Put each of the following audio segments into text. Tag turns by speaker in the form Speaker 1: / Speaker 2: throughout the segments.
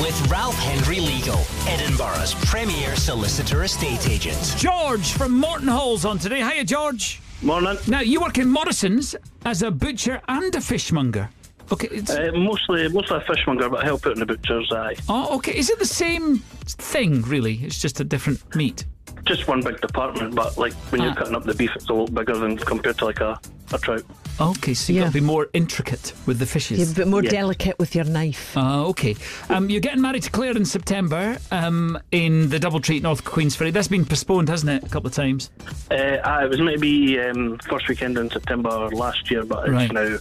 Speaker 1: With Ralph Henry Legal, Edinburgh's premier solicitor estate agent.
Speaker 2: George from Morton Halls on today. Hiya, George.
Speaker 3: Morning.
Speaker 2: Now, you work in Morrison's as a butcher and a fishmonger. Okay, it's,
Speaker 3: Uh, mostly, mostly a fishmonger, but I help out in the butcher's eye.
Speaker 2: oh, okay. Is it the same thing, really? It's just a different meat.
Speaker 3: Just one big department, but like when
Speaker 2: Ah.
Speaker 3: you're cutting up the beef, it's a lot bigger than compared to like a, a trout.
Speaker 2: Okay, so you've got
Speaker 4: Yeah.
Speaker 2: to be more intricate with the
Speaker 4: You're a
Speaker 2: fishes.
Speaker 4: bit more
Speaker 3: Yeah.
Speaker 4: delicate with your knife.
Speaker 2: Uh, okay. Um, you're getting married to Claire in September um, in the Double Treat North Queensferry. That's been postponed, hasn't it, a couple of times?
Speaker 3: Uh, aye, it was meant to be um, first weekend in September last year, but it's
Speaker 2: Right.
Speaker 3: now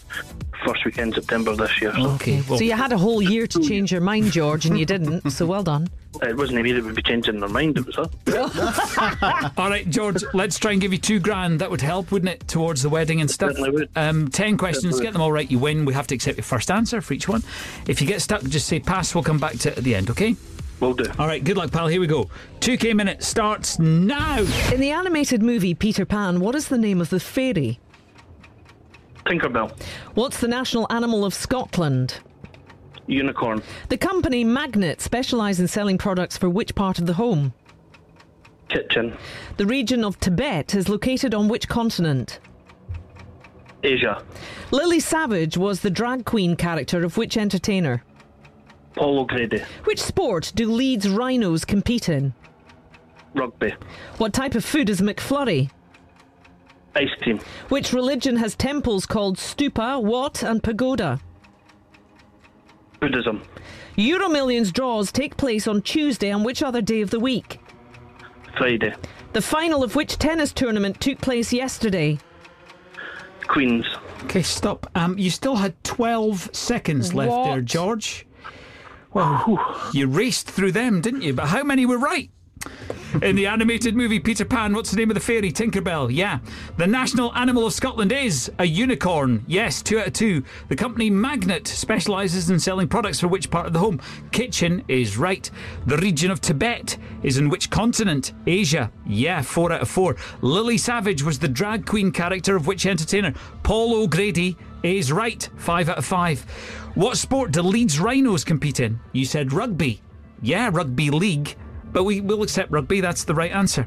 Speaker 3: first weekend September this year. So
Speaker 2: Okay. Well,
Speaker 4: so you had a whole year to change your mind, George, and you didn't. So well done.
Speaker 3: it wasn't me that would be changing their mind. It was her.
Speaker 2: All right, George, let's try and give you two grand. That would help, wouldn't it, towards the wedding and stuff?
Speaker 3: Certainly would.
Speaker 2: Um, ten questions,
Speaker 3: Certainly
Speaker 2: get them all right, you win. We have to accept your first answer for each one. If you get stuck, just say pass, we'll come back to it at the end, okay?
Speaker 3: Will do.
Speaker 2: All right, good luck, pal. Here we go. 2K minute starts now.
Speaker 4: In the animated movie Peter Pan, what is the name of the fairy?
Speaker 3: Tinkerbell,
Speaker 4: What's the national animal of Scotland?
Speaker 3: unicorn,
Speaker 4: The company Magnet specialise in selling products for which part of the home?
Speaker 3: kitchen,
Speaker 4: The region of Tibet is located on which continent?
Speaker 3: Asia,
Speaker 4: Lily Savage was the drag queen character of which entertainer?
Speaker 3: Paul O'Grady,
Speaker 4: Which sport do Leeds rhinos compete in?
Speaker 3: rugby,
Speaker 4: What type of food is McFlurry?
Speaker 3: ice cream,
Speaker 4: Which religion has temples called stupa, wat, and pagoda?
Speaker 3: Buddhism,
Speaker 4: Euro Millions draws take place on Tuesday and which other day of the week?
Speaker 3: Friday,
Speaker 4: The final of which tennis tournament took place yesterday?
Speaker 3: Queens.
Speaker 2: Okay, stop. Um, you still had 12 seconds left
Speaker 4: What?
Speaker 2: there, George. Well, whew, you raced through them, didn't you? But how many were right? In the animated movie Peter Pan, what's the name of the fairy? Tinkerbell, yeah. The national animal of Scotland is a unicorn. Yes, two out of two. The company Magnet specialises in selling products for which part of the home? Kitchen is right. The region of Tibet is in which continent? Asia. Yeah, four out of four. Lily Savage was the drag queen character of which entertainer? Paul O'Grady is right. Five out of five. What sport do Leeds Rhinos compete in? You said rugby. Yeah, rugby league. But we will accept rugby, that's the right answer.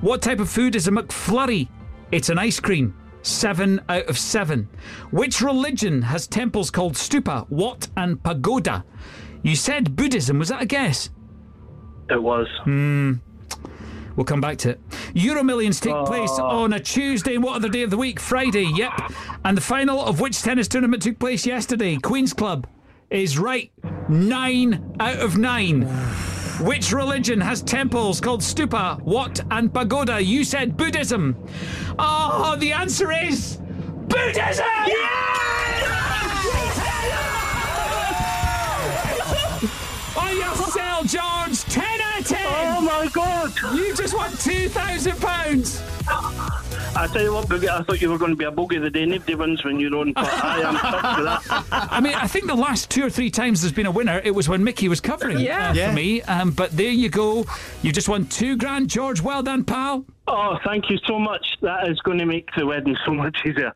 Speaker 2: What type of food is a McFlurry? It's an ice cream. Seven out of seven. Which religion has temples called stupa, wat, and pagoda? You said Buddhism, was that a guess?
Speaker 3: It was.
Speaker 2: Hmm. We'll come back to it. Euro Millions take place on a Tuesday and what other day of the week? Friday, yep. And the final of which tennis tournament took place yesterday? Queen's Club is right. Nine out of nine. Which religion has temples called stupa, wat, and pagoda? You said Buddhism. Oh, the answer is Buddhism! On yourself, George! 10 out of 10!
Speaker 3: Oh my god!
Speaker 2: You just won two thousand pounds.
Speaker 3: I tell you what, Boogie, I thought you were going to be a bogey the day nobody wins when you're on, but I am stuck with that.
Speaker 2: I mean, I think the last two or three times there's been a winner, it was when Mickey was covering
Speaker 4: Yeah.
Speaker 2: uh,
Speaker 5: Yeah.
Speaker 2: for me. Um, but there you go. You just won two grand, George. Well done, pal.
Speaker 3: Oh, thank you so much. That is going to make the wedding so much easier.